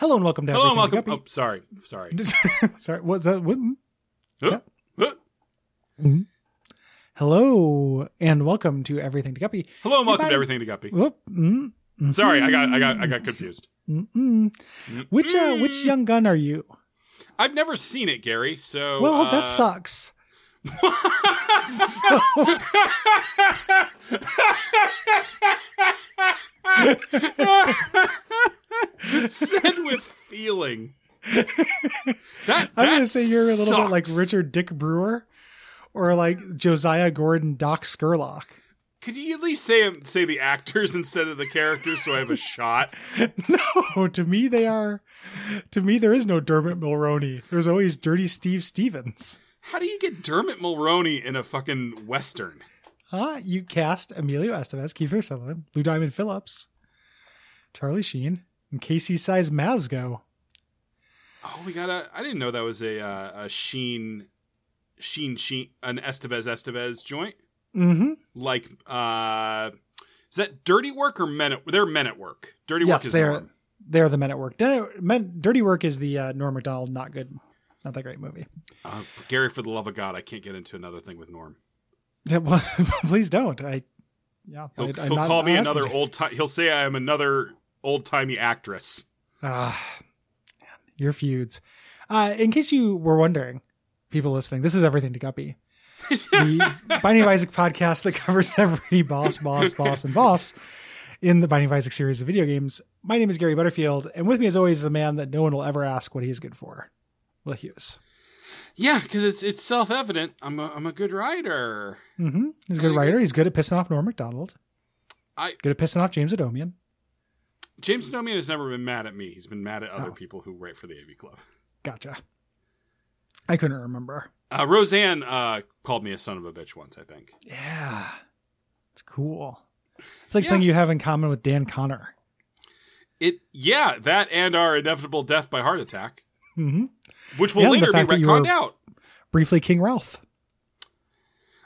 Hello and welcome to Hello, and Everything welcome. Oh, sorry, sorry. Guppy. Sorry, what's that? What? Huh? Huh? Hello and welcome to Everything to Guppy. Hello, and welcome might have- to everything to Guppy. Whoop. Mm, mhm, Sorry, I got, I got, I got confused. mm. Which uh, which Mm-hmm. young gun are you? I've never seen it, Gary. So Well, uh, that sucks. So- said with feeling. That, I'm going to that say you're a little bit like sucks. Richard Dick Brewer or like Josiah Gordon Doc Skurlock. Could you at least say say the actors instead of the characters so I have a shot? No, to me they are to me there is no Dermot Mulroney. There's always Dirty Steve Stevens. How do you get Dermot Mulroney in a fucking western? Ah, you cast Emilio Estevez, Kiefer Sutherland, Lou Diamond Phillips, Charlie Sheen, and Casey Size Masgo. Oh, we got a. I didn't know that was a uh, a Sheen, Sheen Sheen, an Estevez Estevez joint. Mm-hmm. Like, uh, is that Dirty Work or Men? At, they're Men at Work. Dirty Work Yes, is they're Norm. they're the men at work. Den- Men, Dirty Work is the uh, Norm Macdonald, not good, not that great movie. Uh, Gary, for the love of God, I can't get into another thing with Norm. Yeah, well, please don't. I yeah. He'll, I, I'm he'll not- call me I'm asking another you. old time. He'll say I am another old timey actress. Ah, man, your feuds. Uh, in case you were wondering, people listening, this is everything to Guppy. the Binding of Isaac podcast that covers every boss, boss, boss, and boss in the Binding of Isaac series of video games. My name is Gary Butterfield, and with me, as always, is a man that no one will ever ask what he is good for, Will Hughes. Yeah, because it's it's self evident. I'm a, I'm a good writer. hmm He's a Very good good. writer. He's good at pissing off Norm Macdonald. I- good at pissing off James Adomian. James Snowman has never been mad at me. He's been mad at other Oh. people who write for the AV Club. Gotcha. I couldn't remember. Uh, Roseanne uh, called me a son of a bitch once. I think. Yeah. It's cool. It's like Yeah. something you have in common with Dan Connor. It yeah, that and our inevitable death by heart attack, hmm which will Yeah, and the later be fact that you retconned were- out. Briefly, King Ralph.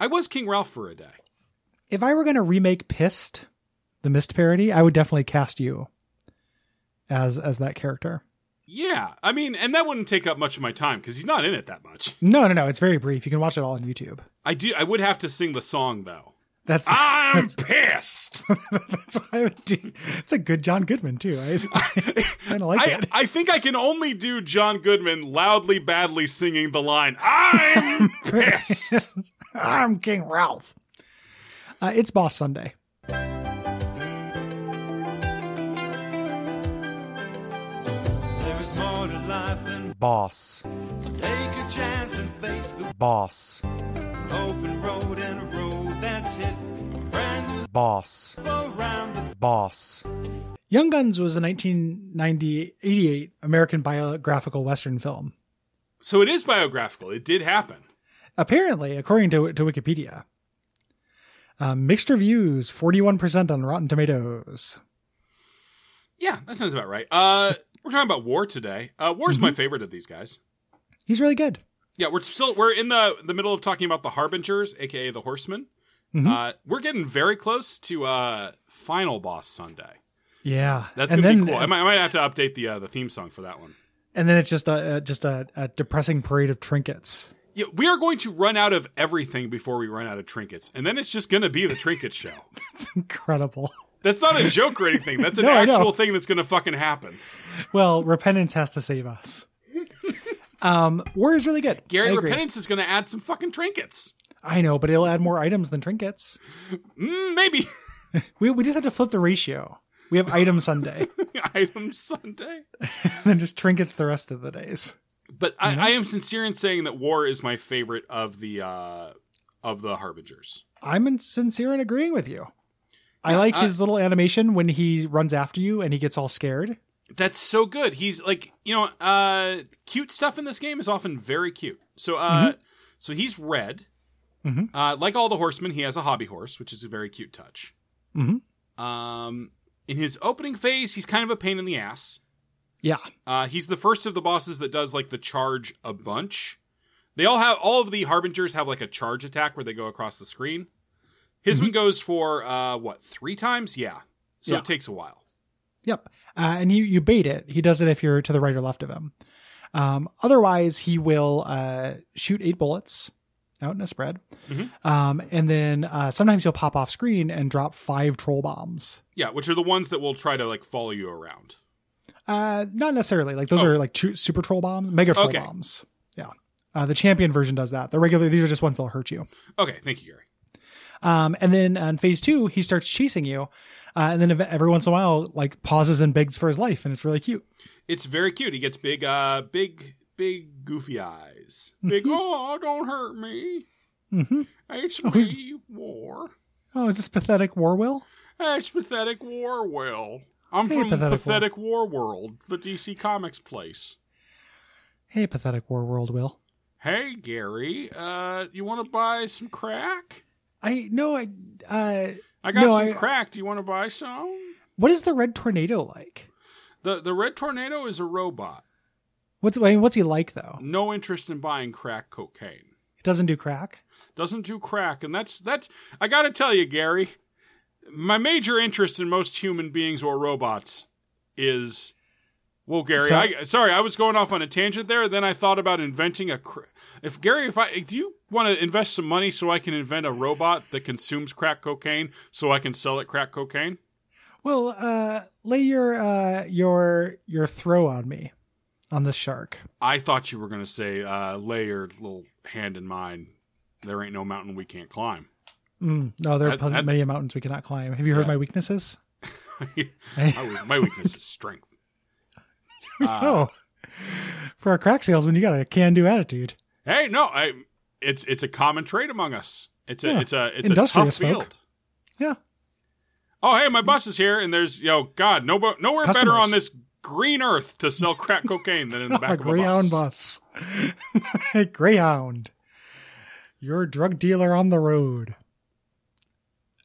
I was King Ralph for a day. If I were going to remake Pissed, the Mist parody, I would definitely cast you as as that character. Yeah, I mean, and that wouldn't take up much of my time because he's not in it that much. No, no, no. It's very brief. You can watch it all on YouTube. I do. I would have to sing the song though. That's Ah! I'm pissed. that's why I would do. It's a good John Goodman too. I, kind of like I, it. I think I can only do John Goodman loudly, badly singing the line, I'm pissed. I'm King Ralph. Uh, it's Boss Sunday. There is more to life than Boss. so take a chance and face the Boss. open road and a road that's hit. Brand new Boss. around the Boss. Young Guns was a 1988 American biographical Western film. so it is biographical. It did happen. apparently, according to, to Wikipedia. Uh, mixed reviews, 41% on Rotten Tomatoes. Yeah, that sounds about right. Uh, we're talking about War today. Uh, War's Mm-hmm. my favorite of these guys. He's really good. Yeah, we're still we're in the the middle of talking about the Harbingers, aka the Horsemen. Mhm. Uh, we're getting very close to uh, Final Boss Sunday. Yeah. That's and gonna then, be cool. I might, I might have to update the uh, the theme song for that one. And then it's just a, a just a, a depressing parade of trinkets. Yeah, we are going to run out of everything before we run out of trinkets, and then it's just going to be the trinket show. It's incredible. That's not a joke or anything. That's an No, I know. actual thing that's going to fucking happen. Well, repentance has to save us. Um, War is really good. I Gary agree. Repentance is going to add some fucking trinkets. I know, but it'll add more items than trinkets. Mm, maybe We, we just have to flip the ratio. We have item Sunday, item Sunday. and then just trinkets the rest of the days. But Mm-hmm. I, I am sincere in saying that War is my favorite of the uh, of the Harbingers. I'm in- sincere in agreeing with you. I like his little animation when he runs after you and he gets all scared. That's so good. He's like you know, uh, cute stuff in this game is often very cute. So uh, so he's red. Mhm. Uh, like all the horsemen, he has a hobby horse, which is a very cute touch. Mhm. Um, in his opening phase, he's kind of a pain in the ass. Yeah. Uh, he's the first of the bosses that does like the charge a bunch. They all have all of the harbingers have like a charge attack where they go across the screen. His one goes for uh, what three times? Yeah, so Yeah. it takes a while. Yep. Uh, and you, you bait it. He does it if you're to the right or left of him. Um, otherwise, he will uh, shoot eight bullets out in a spread. Mhm. Um, and then uh, sometimes he'll pop off screen and drop five troll bombs. Yeah, which are the ones that will try to like follow you around. Uh, not necessarily. Like those Oh. are like tru- super troll bombs, mega troll Okay. bombs. Yeah. Uh, the champion version does that. The regular, these are just ones that'll hurt you. Okay, thank you, Gary. Um, and then on phase two, he starts chasing you. Uh, and then ev- every once in a while, like pauses and begs for his life, and it's really cute. It's very cute. He gets big, uh, big, big goofy eyes. Big, Mm-hmm. oh, don't hurt me. hmm It's he's- me, war. Oh, is this pathetic war will? It's pathetic war. Well, I'm Hey, from Pathetic pathetic war. world, the DC Comics place. Hey, pathetic war world will. Hey, Gary, uh, you want to buy some crack? I no, I. Uh, I got No, some I- crack. Do you want to buy some? what is the red tornado like? The the red tornado is a robot. What's I mean, what's he like though? No interest in buying crack cocaine. He doesn't do crack. doesn't do crack and that's that's i gotta tell you gary my major interest in most human beings or robots is well gary So- i sorry i was going off on a tangent there then i thought about inventing a cr- if gary if i do you want to invest some money so i can invent a robot that consumes crack cocaine so i can sell it crack cocaine Well, uh, lay your uh, your your throw on me, on this shark. i thought you were going to say uh, lay your little hand in mine there ain't no mountain we can't climb Mm, no, there are That- plenty, that- many mountains we cannot climb. Have you heard Yeah. my weaknesses? my, my weakness is strength Uh, oh, for a crack salesman, you got a can-do attitude. Hey, no, I it's it's a common trait among us. It's a Yeah. it's a it's a tough Industrious folk. field. Yeah. Oh, hey, my bus is here, and there's you know, God, no, nowhere better Customers. on this green earth to sell crack cocaine than in the back a of a Greyhound bus. bus. A Greyhound. Your drug dealer on the road.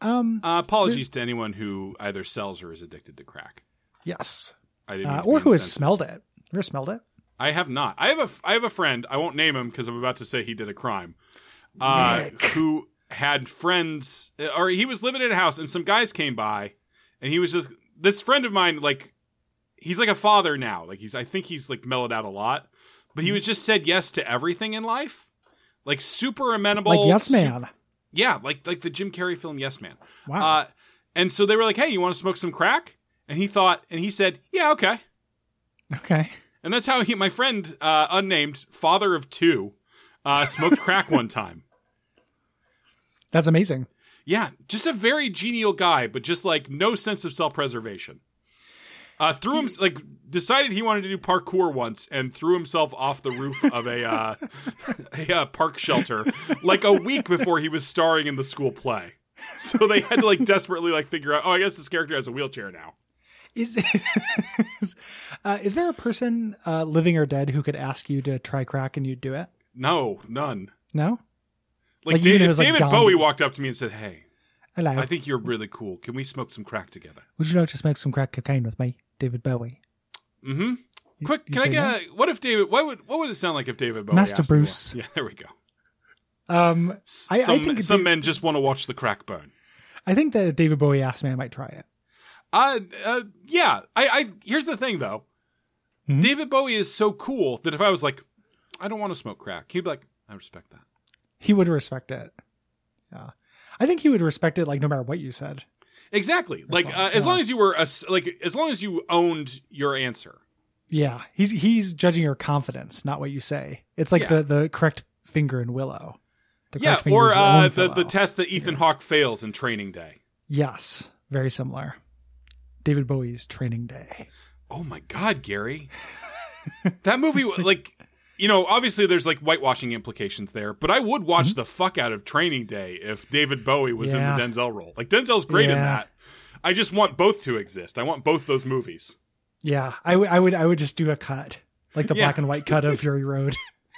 Um. Uh, apologies to anyone who either sells or is addicted to crack. Yes. I didn't, mean Uh, to be or who has insensitive. smelled it? Have you ever smelled it? I have not. I have a f- I have a friend. I won't name him because I'm about to say he did a crime. Uh, Nick. who had friends, uh, or he was living in a house, and some guys came by, and he was just this friend of mine. Like he's like a father now. Like he's I think he's like mellowed out a lot, but Hmm. he was just said yes to everything in life, like super amenable. Like yes, su- man. yeah, like like the Jim Carrey film Yes Man. Wow. Uh, and so they were like, "Hey, you want to smoke some crack?" And he thought, and he said, "Yeah, okay." uh, okay. And that's how he, my friend, uh, unnamed father of two, uh, smoked crack one time. That's amazing. Yeah, just a very genial guy, but just like no sense of self preservation. Uh, threw him like decided he wanted to do parkour once and threw himself off the roof of a uh, a uh, park shelter like a week before he was starring in the school play. So they had to like desperately like figure out. Oh, I guess this character has a wheelchair now. Is is, uh, is there a person uh, living or dead who could ask you to try crack and you'd do it? No, none. No. Like, Like, even David, if it was, like, David Gandhi. Bowie walked up to me and said, "Hey, Hello. I think you're really cool. Can we smoke some crack together?" Would you like to smoke some crack cocaine with me, David Bowie? Mm-hmm. Quick, you can I say get a, what if David? What would what would it sound like if David Bowie? Master asked me Bruce. what- Yeah, there we go. Um, S- I- I some think some David- men just want to watch the crack burn. I think that if David Bowie asked me, I might try it. Uh, uh yeah. I, I here's the thing though. Mhm. David Bowie is so cool that if I was like, I don't want to smoke crack, he'd be like, I respect that. He would respect it. Yeah, I think he would respect it, like no matter what you said. Exactly. Like fine, uh, it's as long not- as you were a s like as long as you owned your answer. Yeah, he's he's judging your confidence, not what you say. It's like Yeah. the the correct finger in Willow. The Yeah, correct finger or is your uh, own the the fellow. test that Ethan Hawke fails in Training Day. yes, very similar. David Bowie's Training Day. Oh my God, Gary. that movie, like, you know, obviously there's like whitewashing implications there, but I would watch the fuck out of Training Day if David Bowie was Mm-hmm. Yeah. in the Denzel role. Like, Denzel's great in Yeah. that. I just want both to exist. I want both those movies. Yeah, I would I would I would just do a cut, like the Yeah. black and white cut of Fury Road.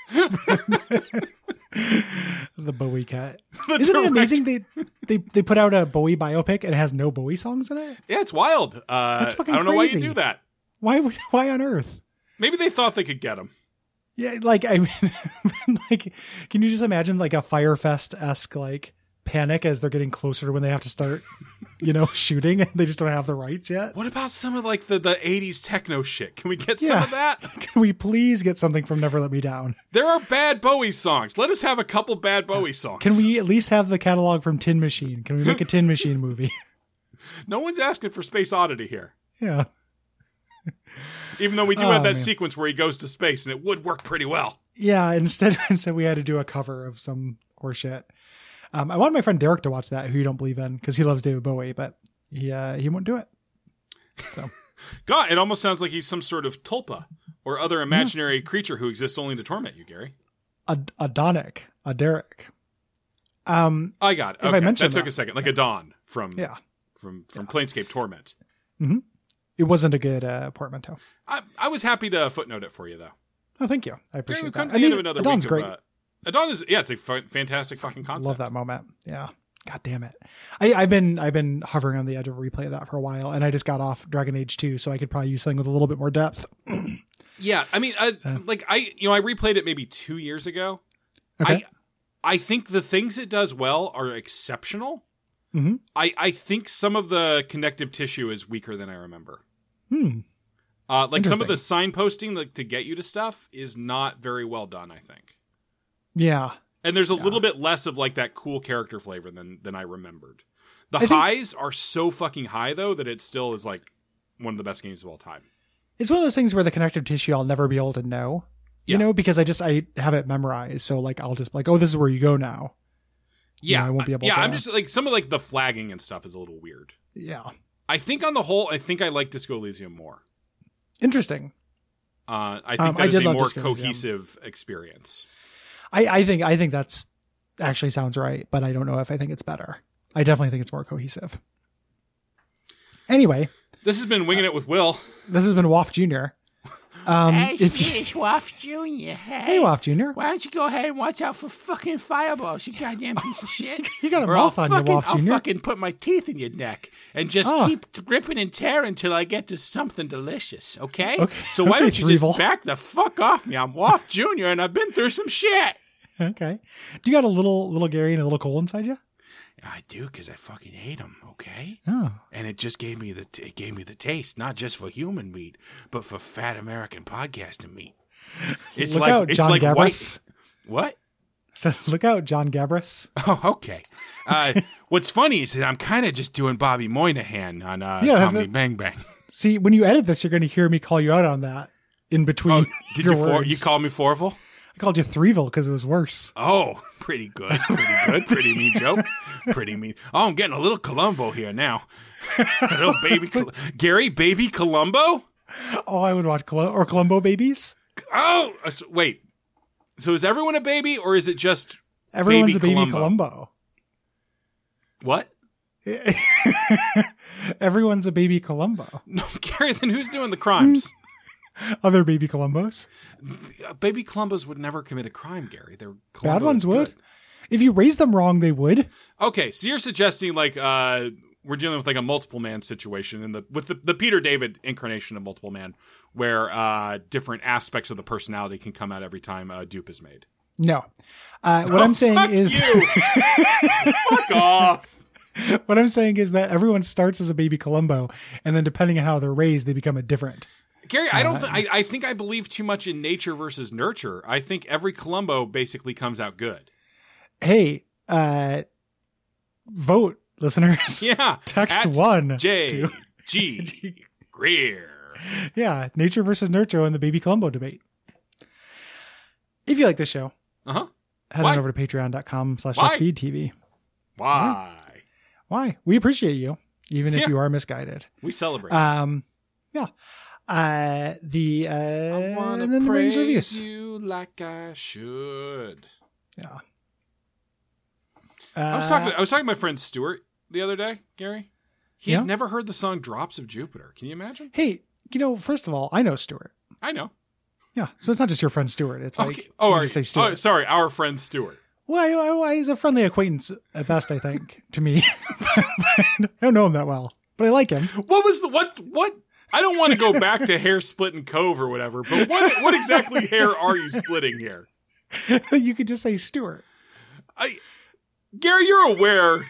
the Bowie cut. The Isn't it direct- amazing they, they they put out a Bowie biopic and it has no Bowie songs in it? Yeah, it's wild. Uh, That's fucking I don't know why you crazy. do that. Why would why on earth? Maybe they thought they could get him. Yeah, like I mean, like can you just imagine like a Firefest esque like panic as they're getting closer to when they have to start, you know, shooting. and They just don't have the rights yet. What about some of like the, the 80s techno shit? Can we get some Yeah. of that? Can we please get something from Never Let Me Down? There are bad Bowie songs. Let us have a couple bad Bowie songs. Can we at least have the catalog from Tin Machine? Can we make a Tin Machine movie? No one's asking for Space Oddity here. yeah. Even though we do Oh, have that man. sequence where he goes to space and it would work pretty well. Yeah, instead instead we had to do a cover of some horseshit. Um, I wanted my friend Derek to watch that, who you don't believe in, because he loves David Bowie, but he uh, he won't do it. God, it almost sounds like he's some sort of tulpa or other imaginary creature who exists only to torment you, Gary. Ad- Adonic, a Derek. Um, I got it. If I Okay, mentioned that took that. a second, like a dawn from yeah, from from Planescape Torment. it wasn't a good uh, portmanteau. I, I was happy to footnote it for you though. Oh, thank you. I Gary, appreciate we've that. come to I the end need- of another Adon's week great. of uh, Adon is yeah, it's a fun, fantastic fucking concept. Love that moment. Yeah. God damn it. I, I've been I've been hovering on the edge of a replay of that for a while, and I just got off Dragon Age 2, so I could probably use something with a little bit more depth. Yeah, I mean, I, Uh. like I, you know, I replayed it maybe two years ago. Okay. I, I think the things it does well are exceptional. Mhm. I, I think some of the connective tissue is weaker than I remember. hmm. Uh, like some of the Interesting. signposting, like to get you to stuff, is not very well done. I think, Yeah. and there's a little bit less of like that cool character flavor than than I remembered. The think- highs are so fucking high though that it still is like one of the best games of all time. It's one of those things where the connective tissue I'll never be able to know. You Yeah. know, because I just I have it memorized, so like I'll just be like, oh, this is where you go now. Yeah, I won't be able Yeah, to- I'm just like some of like the flagging and stuff is a little weird. Yeah, I think on the whole, I think I like Disco Elysium more. interesting. Uh, I think Um, that I is did a love more Disco Elysium. cohesive experience. I I think I think that's actually sounds right, but I don't know if I think it's better. I definitely think it's more cohesive. Anyway, This has been winging it with Will. this has been Waff Junior. Um, if you, Yes, Waff Jr. Hey, hey Waff Junior, Why don't you go ahead and watch out for fucking fireballs, you goddamn piece of shit? you got a Or I'll mouth on your fucking, Waff I'll Junior. fucking put my teeth in your neck and just Oh. keep ripping and tearing until I get to something delicious, okay? Okay. So why Okay, don't you just Threeble. back the fuck off me? I'm Waff Jr. and I've been through some shit. Okay, do you got a little little Gary and a little Cole inside you? I do because I fucking hate them, okay? Oh, And it just gave me the t- it gave me the taste, not just for human meat, but for fat American podcasting meat. It's look like out, it's John like Gabris. white. What? So look out, John Gabris. Oh, okay. Uh, what's funny is that I'm kind of just doing Bobby Moynihan on uh, Yeah, Comedy that- Bang Bang. See, when you edit this, you're going to hear me call you out on that in between. Oh, did your you for, words. you call me Forville? I called you Threeville because it was worse. Oh, pretty good, pretty good, pretty mean joke, pretty mean. Oh, I'm getting a little Columbo here now. a little baby Col- Gary, baby Columbo. Oh, I would watch Col- or Columbo Babies. Oh, uh, so- wait. So is everyone a baby, or is it just Everyone's Baby a baby Columbo. Columbo. what? Everyone's a baby Columbo. No, Gary. Then who's doing the crimes? Mm. Other baby Columbos. Uh, baby Columbos would never commit a crime, Gary. They're Columbo Bad ones is good. would. If you raise them wrong, they would. Okay, so you're suggesting like uh we're dealing with like a multiple man situation in the with the, the Peter David incarnation of multiple man, where uh different aspects of the personality can come out every time a dupe is made. Oh, No. Uh, what I'm saying Fuck is you. Fuck off. what I'm saying is that everyone starts as a baby Columbo, and then depending on how they're raised, they become a different. Gary, I Uh, don't. Th- I, I think I believe too much in nature versus nurture. I think every Columbo basically comes out good. Hey, uh, vote, listeners. Yeah. Text At one. J two. G Greer. Yeah, nature versus nurture in the baby Columbo debate. If you like this show, Uh huh. head Why? on over to patreon.com slash Why? feedtv. Why? Why? We appreciate you, even if Yeah. you are misguided. We celebrate. Um, yeah. Uh, the, uh, I and wanna then the ratings praise reviews. you like I should. Yeah. I was Uh, talking. I was talking to my friend Stuart the other day, Gary. He Yeah? had never heard the song "Drops of Jupiter." Can you imagine? hey, you know, first of all, I know Stuart. I know. Yeah. So it's not just your friend Stuart. It's like, okay. Oh, you our, just say Stuart. oh, sorry, our friend Stuart. Well, I, I- I- he's a friendly acquaintance at best, I think, to me. I don't know him that well, but I like him. What was the what what? I don't want to go back to hair splitting cove or whatever, but what what exactly hair are you splitting here? you could just say Stuart. I Gary, you're aware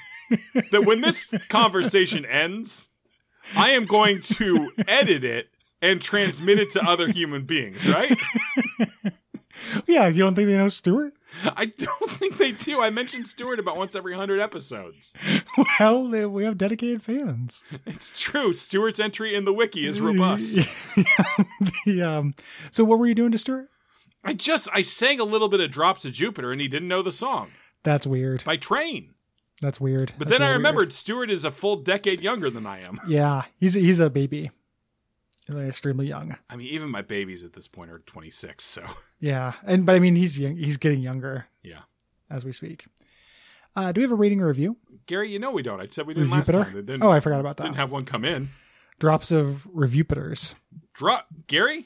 that when this conversation ends, I am going to edit it and transmit it to other human beings, right? Yeah, you don't think they know Stuart? I don't think they do. I mentioned Stewart about once every 100 episodes. Well, they, we have dedicated fans. It's true. Stewart's entry in the wiki is robust. The, um, so, what were you doing to Stuart? I just I sang a little bit of Drops of Jupiter and he didn't know the song That's weird. by train. That's weird. But That's then I real remembered Stewart is a full decade younger than I am. weird. Yeah, he's he's a baby, Like, extremely young. I mean, even my babies at this point are 26, so Yeah, and but I mean, he's young, he's getting younger yeah. as we speak. Uh, do we have a rating or review? Gary, you know we don't. I said we didn't last Jupiter? time. They didn't, Oh, I forgot about didn't that. have one come in. Drops of Revupiters. Drop Gary,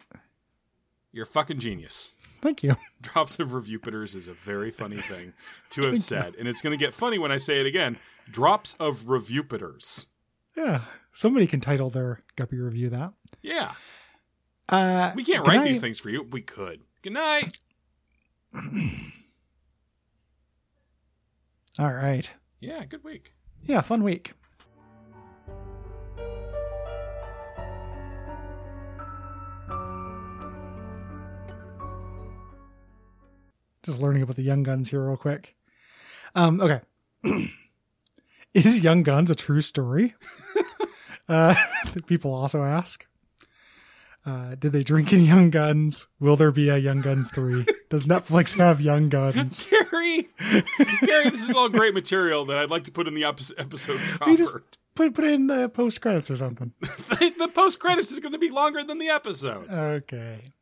you're a fucking genius. Thank you. Drops of Revupiters is a very funny thing to have said, and it's going to get funny when I say it again. Drops of Revupiters. Yeah, somebody can title their guppy review that. Yeah, Uh, we can't can write I- these things for you. We could. Good night. All right. Yeah, good week. Yeah, fun week. Just learning about the Young Guns here, real quick. Um, okay. Is Young Guns a true story? uh, people also ask. Uh, did they drink in Young Guns? Will there be a Young Guns 3? Does Netflix have Young Guns? Gary, Gary, this is all great material that I'd like to put in the opposite episode proper. You just put, put it in the post credits or something. the post credits is going to be longer than the episode. Okay.